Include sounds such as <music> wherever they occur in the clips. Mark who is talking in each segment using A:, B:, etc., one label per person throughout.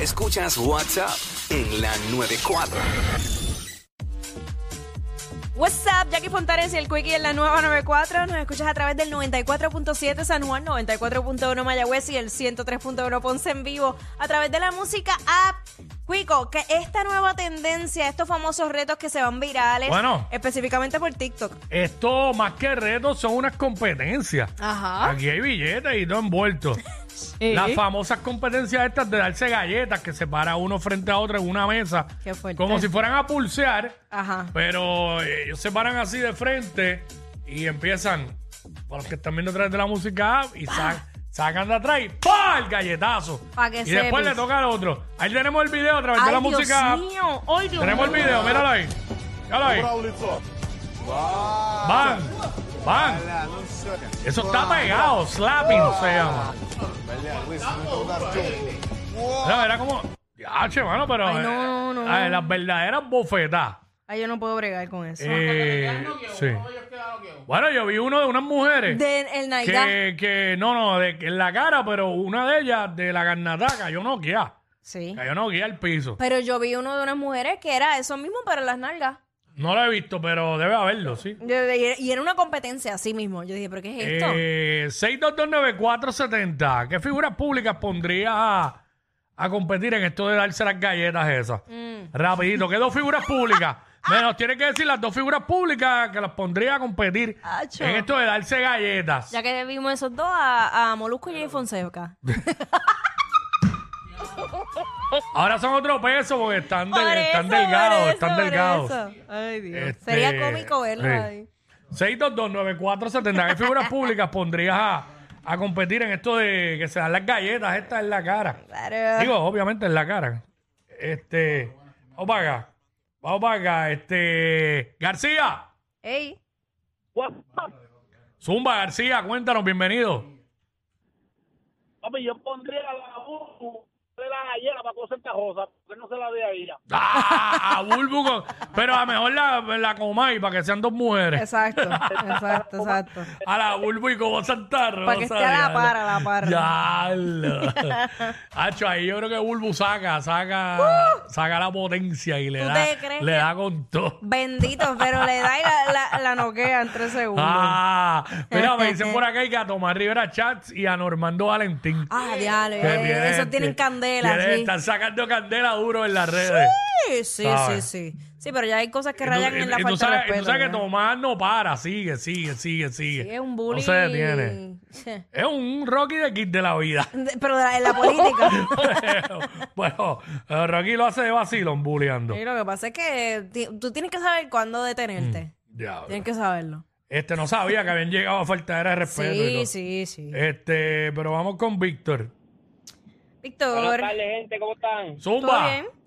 A: Escuchas WhatsApp en la <laughs> 94.
B: What's up, Jackie Fontanes y el Quickie en la nueva 94. Nos escuchas a través del 94.7 San Juan, 94.1 Mayagüez y el 103.1 Ponce en vivo a través de la música app. Cuico, que esta nueva tendencia, estos famosos retos que se van virales,
C: Bueno.
B: específicamente por TikTok.
C: Esto, más que retos, son unas competencias.
B: Ajá.
C: Aquí hay billetes y todo envuelto. Las famosas competencias estas de darse galletas que se para uno frente a otro en una mesa.
B: Qué fuerte.
C: Como si fueran a pulsear,
B: Ajá.
C: pero eh, ellos se paran así de frente y empiezan, para los que están viendo atrás de la música, ah, y sa- sacan de atrás y ¡pa! el galletazo.
B: Pa' que
C: y después
B: sepas.
C: le toca al otro. Ahí tenemos el video a través de
B: Ay,
C: la
B: Dios
C: música.
B: mío. Ay, Dios
C: Tenemos el
B: mío.
C: video, míralo ahí. Míralo ahí. Van, van. Eso está pegado, slapping se llama. Mira, era como. Ya, che, mano, pero.
B: Ay, no,
C: eh,
B: no, no.
C: ay, las verdaderas bofetadas.
B: Ay, yo no puedo bregar con eso.
C: Eh, sí. Bueno, yo vi uno de unas mujeres.
B: De, el Naidá.
C: que, que, no, no, de, en la cara, pero una de ellas, de la garnataca, cayó noqueada.
B: Sí.
C: Cayó noqueada al piso.
B: Pero yo vi uno de unas mujeres que era eso mismo, pero las nalgas.
C: No lo he visto, pero debe haberlo, sí.
B: Yo- Y era una competencia así mismo. Yo dije, ¿pero qué es esto?
C: Eh, 6229470. ¿Qué figuras públicas pondría a, a competir en esto de darse las galletas esas?
B: Mm.
C: Rapidito, ¿qué dos figuras
B: <laughs>
C: públicas?
B: Ah.
C: Me nos tiene que decir las dos figuras públicas que las pondría a competir
B: Acho.
C: en esto de darse galletas.
B: Ya que vimos esos dos, a, a Molusco y a
C: <laughs>
B: Fonseca.
C: Ahora son otro peso porque están, de-
B: Por
C: están
B: eso,
C: delgados,
B: por eso,
C: están
B: por
C: delgados.
B: eso. Ay, Dios.
C: Este,
B: Sería cómico verlo
C: sí.
B: ahí.
C: 6229470. ¿Qué figuras
B: <laughs>
C: públicas pondrías a, a competir en esto de que se dan las galletas estas en la cara?
B: Claro.
C: Digo, obviamente en la cara. Este. Vamos para acá. Vamos para acá. Este. García.
B: Ey,
D: Guau,
C: Zumba García, cuéntanos, bienvenido. <laughs>
D: Papi, yo pondría la burbu de la gallera para cosas encajosa, porque no se la dé a ella.
C: ¡Ah! A Bulbu con- Pero a lo mejor la, la comáis para que sean dos mujeres.
B: exacto, exacto, exacto.
C: A la Bulbu y como Santa Rosa.
B: Para que esté a la par,
C: para
B: a la par. <laughs>
C: Ya. lo. Hacho, ahí yo creo que Bulbu saca, saca, saca la potencia y le
B: Uh. ¿Tú
C: da,
B: te crees
C: le
B: que-
C: da con todo.
B: Bendito, pero le da y la, la, la noquea en tres segundos. Ah,
C: Ah, mira, me
B: <laughs>
C: dicen por acá que a Tomás Rivera Chats y a Normando Valentín.
B: diablo.
C: Que
B: eh,
C: tienen,
B: esos tienen
C: este,
B: candela,
C: tienen-
B: sí.
C: Están sacando candela duro en las redes.
B: Sí, sí, sí,
C: ¿sabes?
B: sí. Sí, pero ya hay cosas que
C: Y tú-
B: rayan
C: y-
B: en la
C: y tú
B: falta
C: sabes-
B: de
C: y tú
B: respeto.
C: sabes que
B: ¿verdad?
C: Tomás no para, sigue, sigue, sigue, sigue.
B: Sí, es un bullying.
C: No se detiene. Es un Rocky de kit de la vida.
B: <laughs>
C: <laughs>
B: Pero de la- en la política.
C: bueno, eh, Rocky lo hace de vacilón, bulleando.
B: Sí, lo que pasa es que ti- tú tienes que saber cuándo detenerte.
C: Diablo.
B: Tienes que saberlo.
C: Este no sabía que habían llegado a faltar de respeto. y todo.
B: Sí, sí, sí.
C: Este, pero vamos con Víctor.
B: Víctor,
D: Buenas tardes, gente, ¿cómo están?
B: ¿todo
C: Zumba.
B: bien? <laughs>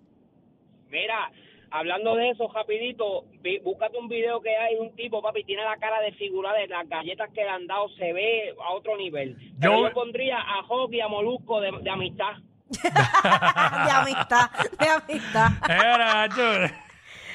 D: Mira, hablando de eso, rapidito, vi- búscate un video que hay de un tipo, papi, tiene la cara desfigurada de las galletas que le han dado, se ve a otro nivel. Pero
C: Yo-
D: yo, pondría a Hawk y a Molusco de, de amistad.
B: de amistad, de amistad.
C: Era, <laughs> Nacho.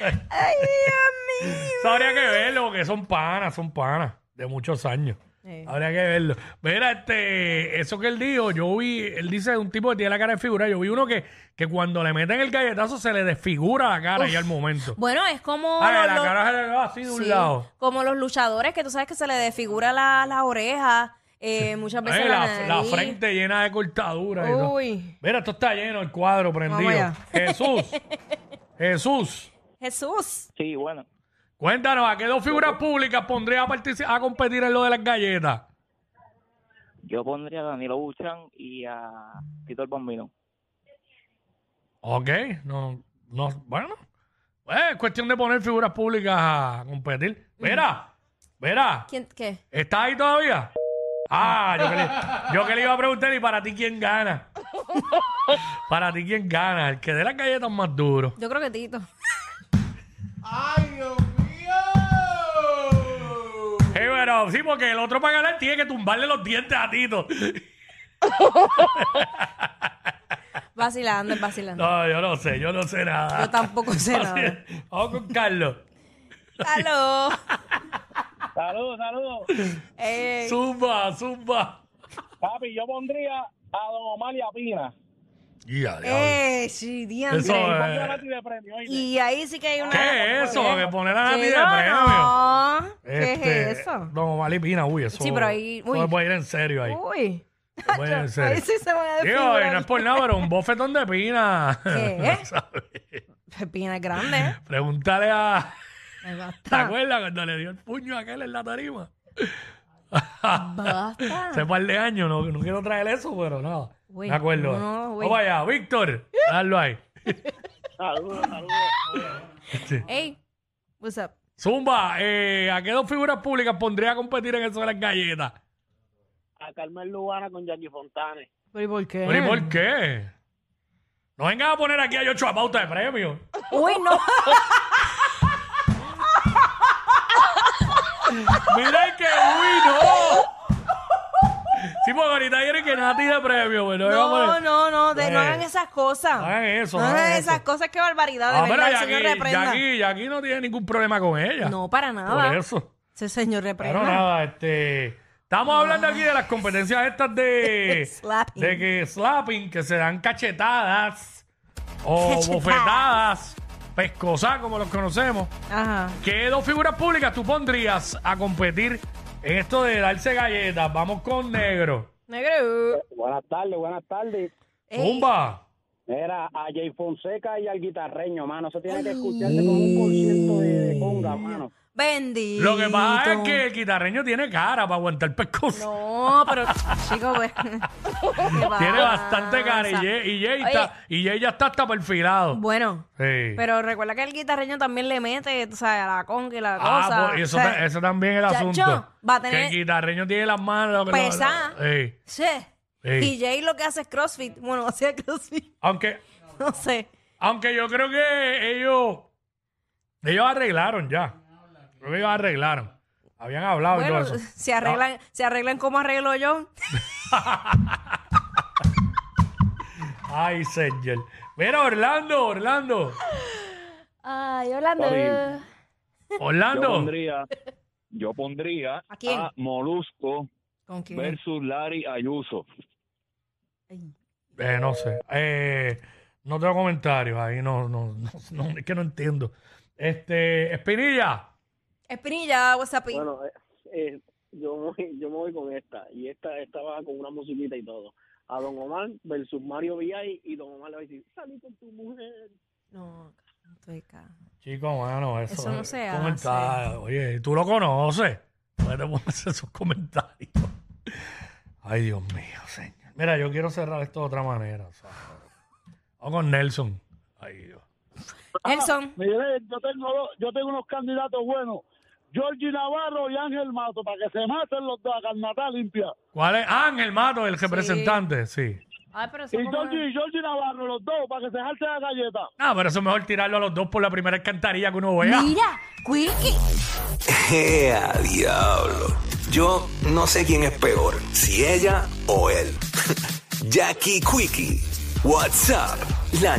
B: Ay, Dios mío.
C: Eso habría que verlo, porque son panas, son panas de muchos años.
B: Sí.
C: Habría que verlo. Mira, este, eso que él dijo, yo vi, él dice un tipo que tiene la cara de figura, yo vi uno que, que cuando le meten el galletazo se le desfigura la cara y al momento.
B: Bueno, es como
C: Ah,
B: los-
C: la
B: los-
C: cara se le va así de un
B: sí,
C: lado.
B: como los luchadores que tú sabes que se les desfigura la, la oreja, eh, muchas veces
C: Ay,
B: la,
C: la, la
B: nariz.
C: frente llena de cortaduras. y todo.
B: Uy,
C: Mira, esto está lleno, el cuadro prendido.
B: allá.
C: Jesús,
B: <laughs>
C: Jesús,
B: Jesús.
E: Sí, bueno.
C: cuéntanos, ¿a qué dos figuras públicas pondría a, partici- a competir en lo de las galletas?
E: Yo pondría a Danilo Buchan y a Tito el Bombino.
C: Ok, no, no, bueno. Pues, es cuestión de poner figuras públicas a competir. Mira, mira,
B: ¿Quién, ¿Qué?
C: ¿estás ahí todavía? Ah, yo que, le, yo que le iba a preguntar, ¿y para ti quién gana? Para ti, ¿quién gana? El que dé las galletas más duro.
B: Yo creo que Tito. <laughs>
C: Sí, Eh, pero sí, porque el otro para ganar tiene que tumbarle los dientes a Tito.
B: Vacilando, es vacilando.
C: No, yo no sé, yo no sé nada.
B: Yo tampoco sé
C: <laughs> Vamos-
B: nada.
C: Vamos con Carlos.
B: ¡Aló!
D: Saludos, saludos.
B: Ey.
C: Zumba, zumba.
D: Papi, yo pondría a Don Omar y a Pina.
C: Ya, diablo.
B: ¡Eh! Sí,
C: Eso
B: diantre.
C: es.
D: de premio, ¿oíste?
B: Y ahí sí que hay una...
C: <laughs> ¿Qué es eso? Que poner a Nati de
B: Chico,
C: premio.
B: no. ¿Qué es
C: Este,
B: eso?
C: No, Malipina, uy, eso.
B: Sí, pero ahí- uy.
C: Eso me puede ir en serio ahí.
B: Uy.
C: Se puede ir en serio.
B: Ahí sí se van a
C: Digo, y no es
B: desfigurar.
C: por nada, pero un bofetón de pina. <laughs>
B: ¿Qué?
C: ¿Sabes?
B: Pepina es grande,
C: <laughs>
B: ¿eh?
C: Pregúntale a.
B: Ay,
C: ¿Te
B: Basta.
C: acuerdas cuando le dio el puño a aquel en la tarima?
B: Basta.
C: Hace par de años, no, no quiero traer eso, pero no.
B: Güey,
C: me acuerdo.
B: no, güey.
C: Vamos allá, Víctor, hazlo ahí.
D: Saludos, saludos.
C: Sí.
B: Ey, what's up?
C: Zumba, eh, ¿a qué dos figuras públicas pondría a competir en eso de las galletas?
D: A Carmen Lugana con Jackie Fontane.
B: ¿Pero y por qué?
C: Pero, ¿y por qué? No vengas a poner aquí a Yocho a pauta de premio.
B: Uy, no.
C: <laughs> Mira que uy, no. Sí, porque ahorita quieren que Nati de premio, pero no, vengas a
B: No,
C: poner-
B: no, no, de- no
C: Eh,
B: hagan esas cosas.
C: hagan eso,
B: No
C: hagan
B: hagan
C: eso.
B: esas cosas, qué barbaridad, de
C: Ah, pero
B: verdad, el señor
C: Jackie,
B: reprenda.
C: Jackie, Jackie no tiene ningún problema con ella.
B: No, para
C: Por
B: nada.
C: eso.
B: Ese señor
C: Pero
B: reprenda.
C: nada, este. Estamos hablando aquí de las competencias estas de.
B: <laughs> Slapping.
C: De que slapping, que se dan cachetadas. O
B: Cachetadas.
C: bofetadas. Pescosas, como los conocemos.
B: Ajá.
C: ¿Qué dos figuras públicas tú pondrías a competir en esto de darse galletas? Vamos con negro.
B: Negro.
D: Buenas tardes, buenas tardes.
B: Ey,
C: Zumba.
D: Era a Jay Fonseca y al guitarreño, mano. Eso tiene que escucharse con un por ciento de, de conga, mano.
B: Bendito.
C: Lo que pasa es que el guitarreño tiene cara para aguantar pescosas.
B: No, pero, chico,
C: <laughs>
B: pues.
C: Tiene bastante cara y Jay, y Jay
B: Oye.
C: está- y Jay ya está hasta perfilado.
B: Bueno.
C: Sí.
B: Pero recuerda que el guitarreño también le mete, tú sabes, a la conga y la cosa.
C: Ah, pues, eso,
B: o sea,
C: ta- eso también es el
B: chacho,
C: asunto.
B: va a tener- Pues, ah.
C: Que el guitarreño tiene las manos. lo que- lo-
B: Pesada.
C: lo- sí.
B: Sí.
C: Sí.
B: Y Jay lo que hace es CrossFit. Bueno, <laughs> hacía CrossFit.
C: Aunque,
B: No sé.
C: aunque yo creo que ellos, ellos arreglaron ya. Creo que ellos arreglaron. Habían hablado y
B: Bueno,
C: todo eso. Ah.
B: se arreglan, se arreglan como arreglo yo.
C: Ay, señor. Mira, Orlando, Orlando.
B: Ay, Orlando.
E: Sorry. Yo
C: Orlando.
E: pondría, yo pondría
B: ¿A quién?
C: Ah,
E: a Molusco
B: ¿Con quién?
E: versus Larry Ayuso.
B: Ay.
C: Eh, no sé. Eh, no tengo comentarios. Ahí no, no, no, no, es que no entiendo. Este, Espinilla.
B: Espinilla, what's up?
D: Bueno, eh, eh, yo, me voy- yo me voy con Pues esta. Y esta estaba con una musiquita y todo. A Don Omar versus Mario Villay y Don Omar le va a decir, salí con tu mujer.
B: No, estoy acá.
C: Chico, mano, eso,
B: Eso no se hace.
C: comentario. Oye, tú lo conoces. ¿Por qué te pones esos comentarios? Ay, Dios mío, señor. Mira, yo quiero cerrar esto de otra manera. ¿sabes? Vamos con Nelson. Ay, Dios.
B: Nelson.
D: Mire, yo tengo, dos- yo tengo unos candidatos buenos. Georgie Navarro y Ángel Mato, para que se maten los dos a carnata limpia.
C: ¿Cuál es? Ah, Ángel Mato, el representante, sí.
B: Ay, pero
D: Y
B: son como-
D: Georgie, y Georgie Navarro, los dos, para que se jarte la galleta.
C: Ah, pero eso es mejor tirarlo a los dos por la primera alcantarilla que uno vea.
B: Mira, Quirky.
A: ¡Ea, ¡Eh, diablo! Yo no sé quién es peor, si <laughs> ella o él. Jackie Quickie, WhatsApp, la